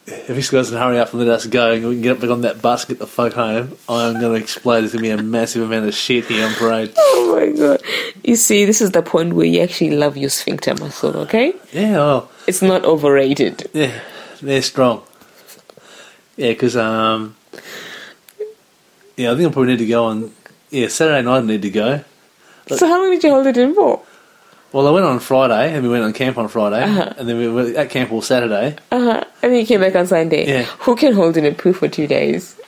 Speaker 1: If this guy doesn't hurry up and let us go and we can get up back on that bus, get the fuck home, I'm going to explode. There's going to be a massive amount of shit here on parade.
Speaker 2: Oh my god. You see, this is the point where you actually love your sphincter muscle, okay?
Speaker 1: Yeah, oh, well,
Speaker 2: It's not overrated.
Speaker 1: yeah, they're strong. Yeah, because um, yeah, I think I probably need to go on. Yeah, Saturday night I need to go.
Speaker 2: So how long did you hold it in for?
Speaker 1: Well, I went on Friday and we went on camp on Friday, and then we were at camp all Saturday.
Speaker 2: Uh-huh. And then you came back on Sunday.
Speaker 1: Yeah.
Speaker 2: Who can hold in a poo for two days?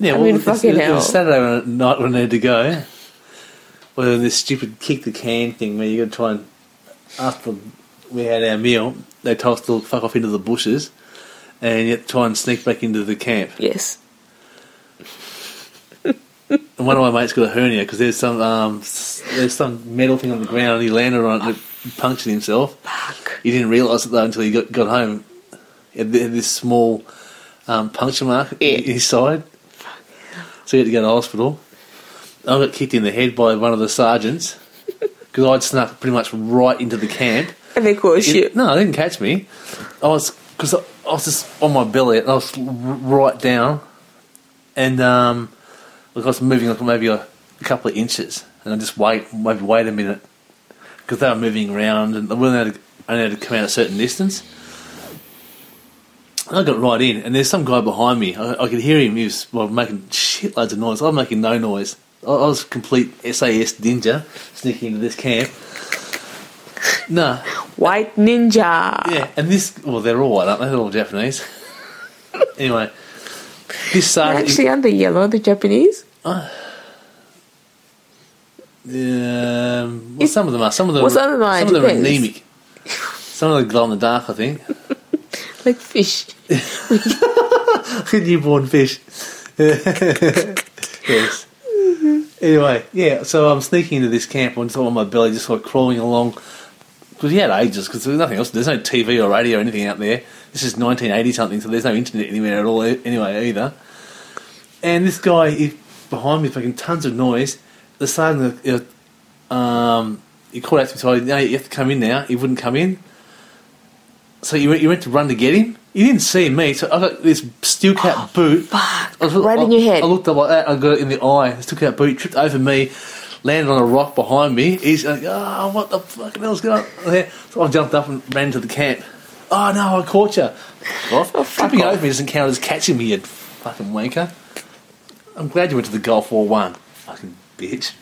Speaker 1: Yeah,
Speaker 2: I
Speaker 1: well,
Speaker 2: mean,
Speaker 1: it was-
Speaker 2: fucking
Speaker 1: it was
Speaker 2: hell.
Speaker 1: Saturday when- night when I needed to go. Well, then this stupid kick the can thing where you got to try and after we had our meal, they told us to fuck off into the bushes, and yet try and sneak back into the camp.
Speaker 2: Yes.
Speaker 1: And one of my mates got a hernia because there's some um, s- there's some metal thing on the ground and he landed on it and it punctured himself.
Speaker 2: Fuck.
Speaker 1: He didn't realise it though until he got, got home. He had th- had this small um, puncture mark
Speaker 2: Yeah.
Speaker 1: in his side. So he had to go to hospital. I got kicked in the head by one of the sergeants because I'd snuck pretty much right into the camp.
Speaker 2: And they call
Speaker 1: It-
Speaker 2: shit.
Speaker 1: no, it didn't catch me. I was because I, I was just on my belly and I was r- right down, and um, like I was moving like maybe a, couple of inches, and I just wait, maybe wait a minute because they were moving around and they weren't allowed to, only allowed to come out a certain distance. And I got right in, and there's some guy behind me. I, I could hear him. He was well, making shitloads of noise. I'm making no noise. I, I was complete SAS ninja sneaking into this camp. Nah,
Speaker 2: White ninja.
Speaker 1: yeah, and this well, they're all white, aren't they? They're all Japanese. anyway, this
Speaker 2: They're
Speaker 1: sergeant.
Speaker 2: Actually, aren't they yellow, the Japanese?
Speaker 1: um, well, some of them are. Some of them.
Speaker 2: Well,
Speaker 1: some of them
Speaker 2: some of them are,
Speaker 1: are, some of them are
Speaker 2: depends.
Speaker 1: anemic. Some of them glow in the dark. I think
Speaker 2: Like fish.
Speaker 1: newborn fish. yes. Anyway, yeah. So I'm sneaking into this camp on on my belly, just like crawling along. Because he had ages. Because there's nothing else. There's no TV or radio or anything out there. This is 1980 something, so there's no internet anywhere at all. e- Anyway, either. And this guy he, behind me, fucking tons of noise. The sergeant, uh, um, he called out to me, so I, no, you have to come in now. He wouldn't come in. So you went, you went to run to get him. You didn't see me, so I got this steel cap boot.
Speaker 2: Oh, Fuck.
Speaker 1: I was-
Speaker 2: right
Speaker 1: I-
Speaker 2: in your head.
Speaker 1: I looked up like that. I got it in the eye. Just took out boot, tripped over me, landed on a rock behind me. He's like, "Ah, what the fucking hell's going on?" there?" So I jumped up and ran to the camp. Oh no, I caught you. Off.
Speaker 2: fuck
Speaker 1: Tripping
Speaker 2: off.
Speaker 1: over me doesn't count as catching me, you fucking wanker. I'm glad you went to the Gulf War One, fucking bitch.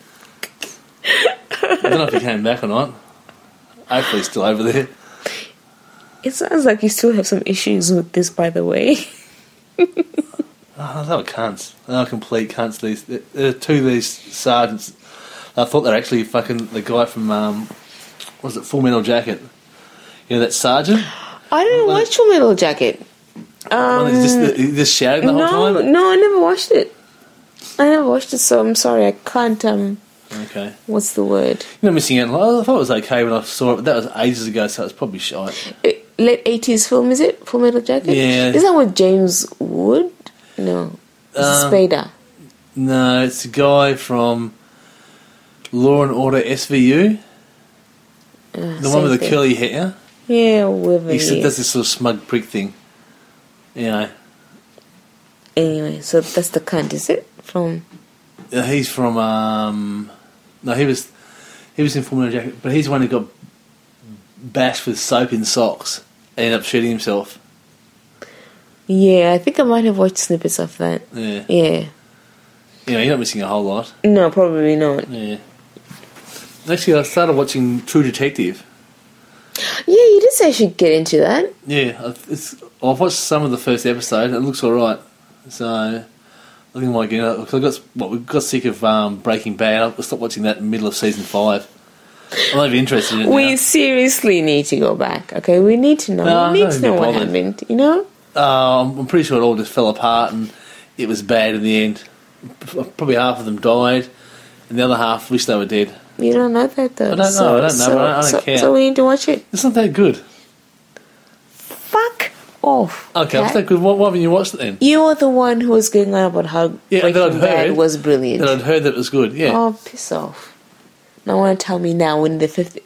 Speaker 1: I don't know if he came back or not. Hopefully, he's still over there.
Speaker 2: It sounds like you still have some issues with this, by the way.
Speaker 1: Oh, they were cunts. They were complete cunts. These there are two of these sergeants. I thought they were actually fucking the guy from um, what was it Full Metal Jacket? You know that sergeant.
Speaker 2: I didn't
Speaker 1: Well,
Speaker 2: watch Full Metal Jacket.
Speaker 1: One of these- just, he just shouting the whole
Speaker 2: Um, No,
Speaker 1: time.
Speaker 2: no, I never watched it. I never watched it, so I'm sorry. I can't. Um,
Speaker 1: Okay,
Speaker 2: what's the word?
Speaker 1: you're not missing out. Like, I thought it was okay when I saw it, but that was ages ago, so it's probably shite.
Speaker 2: Eh, Late eighties film is it? Full Metal Jacket.
Speaker 1: Yeah.
Speaker 2: Is that with James Wood? No. It's
Speaker 1: Uh,
Speaker 2: Spader.
Speaker 1: No, it's a guy from Law and Order SVU,
Speaker 2: Uh,
Speaker 1: the one
Speaker 2: same
Speaker 1: with the
Speaker 2: thing.
Speaker 1: curly hair.
Speaker 2: Yeah, with
Speaker 1: He said
Speaker 2: yeah.
Speaker 1: that's this sort of smug prick thing. You know,
Speaker 2: Anyway, so that's the cunt, is it? From
Speaker 1: Uh, he's from um, no, he was he was in Formula Jacket, but he's the one who got bashed with soap in socks and ended up shooting himself.
Speaker 2: yeah, I think I might have watched snippets of that.
Speaker 1: Yeah,
Speaker 2: Yeah,
Speaker 1: you know, you're not missing a whole lot.
Speaker 2: no, probably not.
Speaker 1: Yeah. Actually, I started watching True Detective.
Speaker 2: Yeah, you did say I should get into that.
Speaker 1: Yeah, I- it's, I've watched some of the first episode. and It looks all right. So I think I might get it. 'Cause I got what we got sick of um, Breaking Bad. I stopped watching that in the middle of season five. I'm not even interested in it.
Speaker 2: We
Speaker 1: now.
Speaker 2: seriously need to go back. Okay, we need to know.
Speaker 1: No,
Speaker 2: we
Speaker 1: I'm
Speaker 2: need
Speaker 1: not
Speaker 2: to know
Speaker 1: even
Speaker 2: what
Speaker 1: bothered.
Speaker 2: happened. You know.
Speaker 1: Uh, I'm I'm pretty sure it all just fell apart and it was bad in the end. P- Probably half of them died, and the other half wished they were dead.
Speaker 2: You don't know that though.
Speaker 1: I don't know, I don't know, but I don't
Speaker 2: so,
Speaker 1: care.
Speaker 2: So we need to watch it.
Speaker 1: It's not that good.
Speaker 2: Fuck off.
Speaker 1: Okay, if it's that good. Why, why haven't you watched it then?
Speaker 2: You were the one who was going on about how
Speaker 1: Yeah, that I'd
Speaker 2: Breaking Bad
Speaker 1: heard.
Speaker 2: was brilliant.
Speaker 1: That I'd heard that it was good. Yeah.
Speaker 2: Oh, piss off! Now want to tell me now in the fifth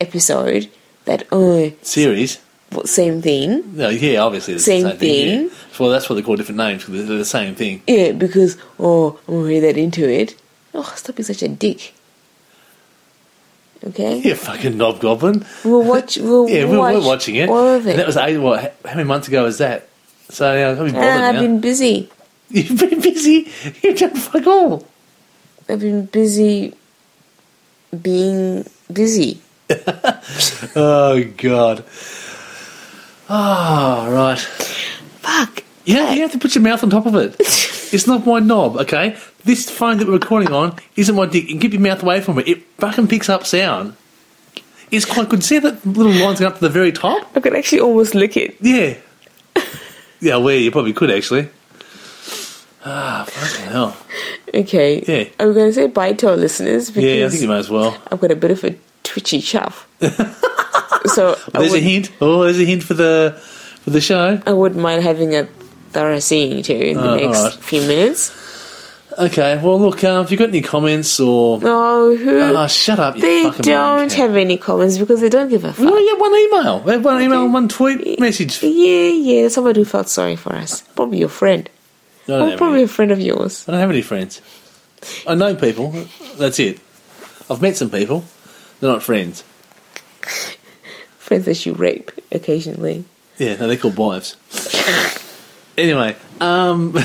Speaker 2: episode that oh,
Speaker 1: Series.
Speaker 2: what- same thing.
Speaker 1: No, yeah, obviously. It's
Speaker 2: Same
Speaker 1: the same thing. yeah.
Speaker 2: thing.
Speaker 1: Well, that's what they call different names 'cause they're the same thing.
Speaker 2: Yeah, because oh, I'm really that into it. Oh, stop being such a dick. Okay.
Speaker 1: You fucking hobgoblin.
Speaker 2: We'll watch. We'll
Speaker 1: Yeah, we
Speaker 2: watch
Speaker 1: were watching it.
Speaker 2: All of it.
Speaker 1: And that was eight, what, h- how many months ago was that? So yeah, I can't be bothered
Speaker 2: and I've
Speaker 1: now.
Speaker 2: been busy.
Speaker 1: You've been busy. You've done fuck all.
Speaker 2: I've been busy being busy.
Speaker 1: Oh god. Ah, right.
Speaker 2: Fuck.
Speaker 1: Yeah, you have to put your mouth on top of it. it's not my knob, okay? This phone that we're recording on isn't my dick. And keep your mouth away from it. It fucking picks up sound. It's quite good. See that little line's going up to the very top?
Speaker 2: I could actually almost lick it.
Speaker 1: Yeah. Yeah, well, you probably could actually. Ah, fucking hell.
Speaker 2: Okay.
Speaker 1: Yeah.
Speaker 2: Are we going to say bye to our listeners? Because
Speaker 1: Yeah, I think you might as well.
Speaker 2: I've got a bit of a twitchy chuff. so I,
Speaker 1: There's a
Speaker 2: would,
Speaker 1: hint. Oh, there's a hint for the for the show.
Speaker 2: I wouldn't mind having a thorough seeing too in the
Speaker 1: Oh,
Speaker 2: next
Speaker 1: alright.
Speaker 2: few minutes.
Speaker 1: Okay, well, look, uh, if you've got any comments or.
Speaker 2: Oh, who?
Speaker 1: Ah, shut up, you
Speaker 2: they
Speaker 1: fucking Mm.
Speaker 2: don't
Speaker 1: wanker.
Speaker 2: have any comments because they don't give a fuck.
Speaker 1: No, Oh, yeah, one email. We had One email, one tweet message. I
Speaker 2: Yeah, yeah, somebody who felt sorry for us. Probably your friend.
Speaker 1: don't,
Speaker 2: Or
Speaker 1: have any,
Speaker 2: probably a friend of yours.
Speaker 1: I don't have any friends. I know people. That's it. I've met some people. They're not friends.
Speaker 2: Friends that you rape occasionally.
Speaker 1: Yeah, no, they're called wives. anyway, um,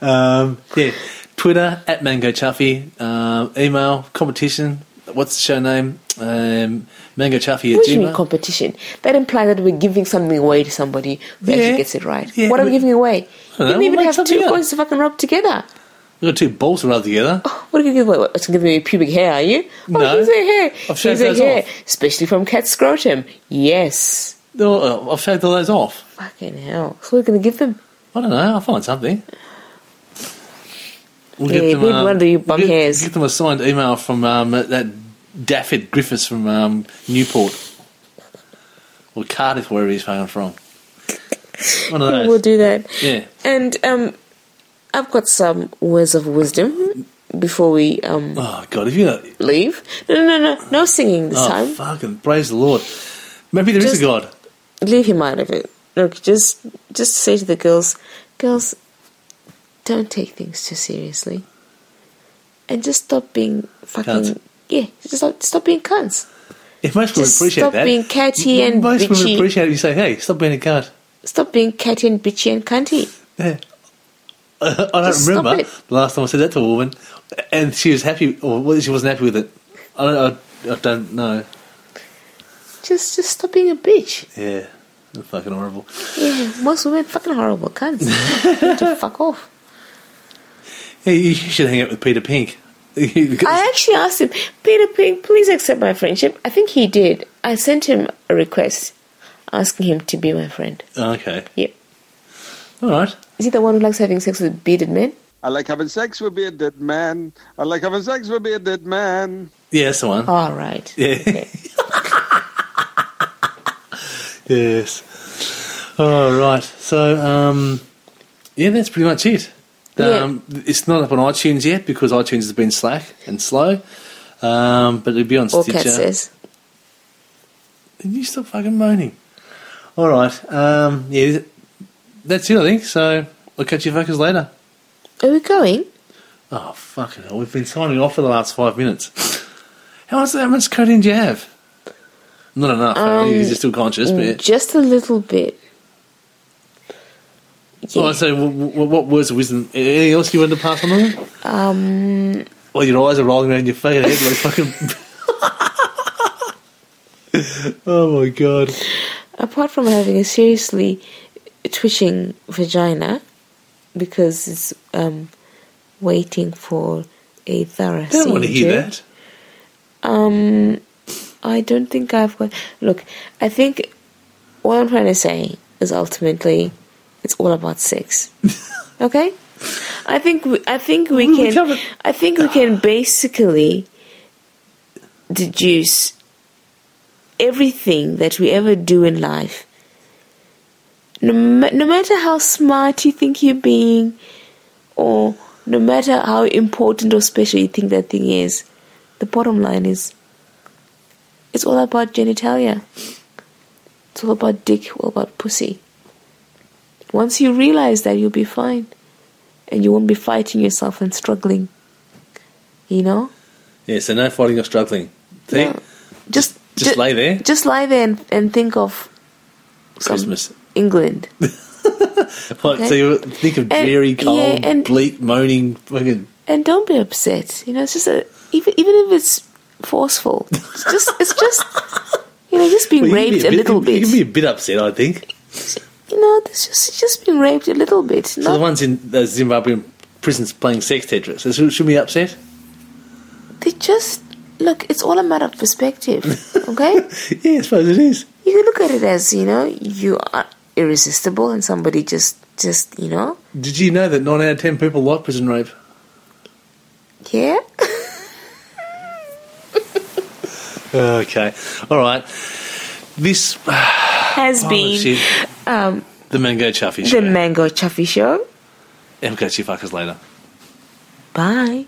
Speaker 1: um, yeah, Twitter at Mango Chuffy, um, email competition. What's the show name? Um, Mango Chuffy at
Speaker 2: What do you mean
Speaker 1: Gmail.
Speaker 2: competition? That implies that we're giving something away to somebody who
Speaker 1: Yeah.
Speaker 2: actually gets it right.
Speaker 1: Yeah,
Speaker 2: what are we
Speaker 1: we-
Speaker 2: giving away?
Speaker 1: I don't
Speaker 2: You
Speaker 1: know,
Speaker 2: don't even
Speaker 1: we'll
Speaker 2: have
Speaker 1: make
Speaker 2: two
Speaker 1: something up.
Speaker 2: coins to fucking rub together. Oh,
Speaker 1: We've got two balls to rub together.
Speaker 2: What are you giving away? What, it's giving me pubic hair, are you? Oh,
Speaker 1: No.
Speaker 2: here's a hair.
Speaker 1: I've shaved
Speaker 2: Here's a
Speaker 1: those
Speaker 2: hair.
Speaker 1: off.
Speaker 2: Especially from cat scrotum. Yes.
Speaker 1: Oh, uh, I've shaved all those off.
Speaker 2: Fucking hell. So we're going to give them.
Speaker 1: I don't know. I'll find something. We'll
Speaker 2: Yeah,
Speaker 1: get them, um,
Speaker 2: good one to you
Speaker 1: we'll get,
Speaker 2: bugheads.
Speaker 1: get them a signed email from um, that Daffod Griffiths from um, Newport. Or Cardiff, wherever he's fucking from. One of
Speaker 2: We'll
Speaker 1: those.
Speaker 2: do that.
Speaker 1: Yeah.
Speaker 2: And um, I've got some words of wisdom before we um,
Speaker 1: Oh, God. If you know.
Speaker 2: leave. No, no, no, no, no singing this
Speaker 1: Oh,
Speaker 2: time.
Speaker 1: fucking praise the Lord. Maybe there is
Speaker 2: Just-
Speaker 1: a God.
Speaker 2: Leave him out of it. Look, just just say to the girls, girls, don't take things too seriously, and just stop being fucking
Speaker 1: Cunts.
Speaker 2: yeah. Just stop, stop being cunts.
Speaker 1: Yeah, most women
Speaker 2: just
Speaker 1: appreciate
Speaker 2: stop
Speaker 1: that.
Speaker 2: being catty and
Speaker 1: Most
Speaker 2: bitchy.
Speaker 1: women appreciate it. You say, hey, stop being a cunt.
Speaker 2: Stop being catty and bitchy and cunty.
Speaker 1: Yeah. I don't
Speaker 2: Just stop
Speaker 1: remember
Speaker 2: it.
Speaker 1: the last time I said that to a woman, and she was happy, or well, she wasn't happy with it. I don't, I, I don't know.
Speaker 2: Just just stop being a bitch.
Speaker 1: Yeah. They're fucking horrible.
Speaker 2: Yeah, most women fucking horrible cunts. Need to fuck off.
Speaker 1: Hey, you should hang out with Peter Pink. Because-
Speaker 2: I actually asked him, Peter Pink, please accept my friendship. I think he did. I sent him a request asking him to be my friend.
Speaker 1: okay.
Speaker 2: Yep.
Speaker 1: All right.
Speaker 2: Is he the one who likes having sex with bearded men?
Speaker 3: I like having sex with a dead man. I like having sex with a dead man.
Speaker 1: Yeah, that's the one.
Speaker 2: All right.
Speaker 1: Yeah. yes. All right. So, um, yeah, that's pretty much it.
Speaker 2: Yeah.
Speaker 1: Um, It's not up on iTunes yet because iTunes has been slack and slow. Um, but it'll be on
Speaker 2: Or cat
Speaker 1: Stitcher.
Speaker 2: says.
Speaker 1: And you stop fucking moaning. All right. Um, yeah, that's it, I think. So, I'll catch you fuckers later.
Speaker 2: Are we going?
Speaker 1: Oh, fucking hell. We've been signing off for the last five minutes. How much, how much codeine do you have? Not enough. I think
Speaker 2: Um,
Speaker 1: you're still conscious, but.
Speaker 2: Mm, Just a little bit. Yeah.
Speaker 1: Well, I say, w- w- what words of wisdom? Anything else you wanted to pass on? Them?
Speaker 2: Um,
Speaker 1: Well, your eyes are rolling around your fucking head like fucking. oh my god!
Speaker 2: apart from having a seriously twitching vagina, because it's um, waiting for a thorough
Speaker 1: I don't want to hear
Speaker 2: seizure,
Speaker 1: that.
Speaker 2: Um, I don't think I've got. Look, I think what I'm trying to say is ultimately it's all about sex. okay, I think we, I think we
Speaker 1: We
Speaker 2: can.
Speaker 1: covered-
Speaker 2: I think we can basically deduce everything that we ever do in life. No, ma- no matter how smart you think you're being, or no matter how important or special you think that thing is, the bottom line is it's all about genitalia. It's all about dick, all about pussy. Once you realize that, you'll be fine. And you won't be fighting yourself and struggling. You know?
Speaker 1: Yeah, so no fighting or struggling. See,
Speaker 2: No. Just,
Speaker 1: just
Speaker 2: ju-
Speaker 1: lay there.
Speaker 2: Just lie there and, and think of some
Speaker 1: Christmas.
Speaker 2: England.
Speaker 1: Like, So
Speaker 2: okay.
Speaker 1: you think of
Speaker 2: And-
Speaker 1: dreary,
Speaker 2: yeah,
Speaker 1: cold,
Speaker 2: and-
Speaker 1: bleak, moaning. Fucking,
Speaker 2: and don't be upset. You know, it's just a even even if it's forceful, it's just it's just you know just being
Speaker 1: Well, you can be
Speaker 2: raped a,
Speaker 1: bit-
Speaker 2: little
Speaker 1: You
Speaker 2: bit.
Speaker 1: can be a bit upset, I think.
Speaker 2: you know, it's just it's just being raped a little bit.
Speaker 1: So the
Speaker 2: Not-
Speaker 1: ones in those Zimbabwean prisons playing sex Tetris. So should, should we be upset?
Speaker 2: they just look. It's all a matter of perspective. Okay,
Speaker 1: yeah, I suppose it is.
Speaker 2: you can look at it as you know you are irresistible, and somebody just just you know
Speaker 1: Did you know that nine out of ten people like prison rape?
Speaker 2: yeah.
Speaker 1: Okay. All right. This
Speaker 2: Has
Speaker 1: oh,
Speaker 2: been
Speaker 1: shit.
Speaker 2: um,
Speaker 1: the mango chuffy
Speaker 2: the
Speaker 1: show.
Speaker 2: Mango Chuffy Show.
Speaker 1: and we'll catch you fuckers later.
Speaker 2: Bye.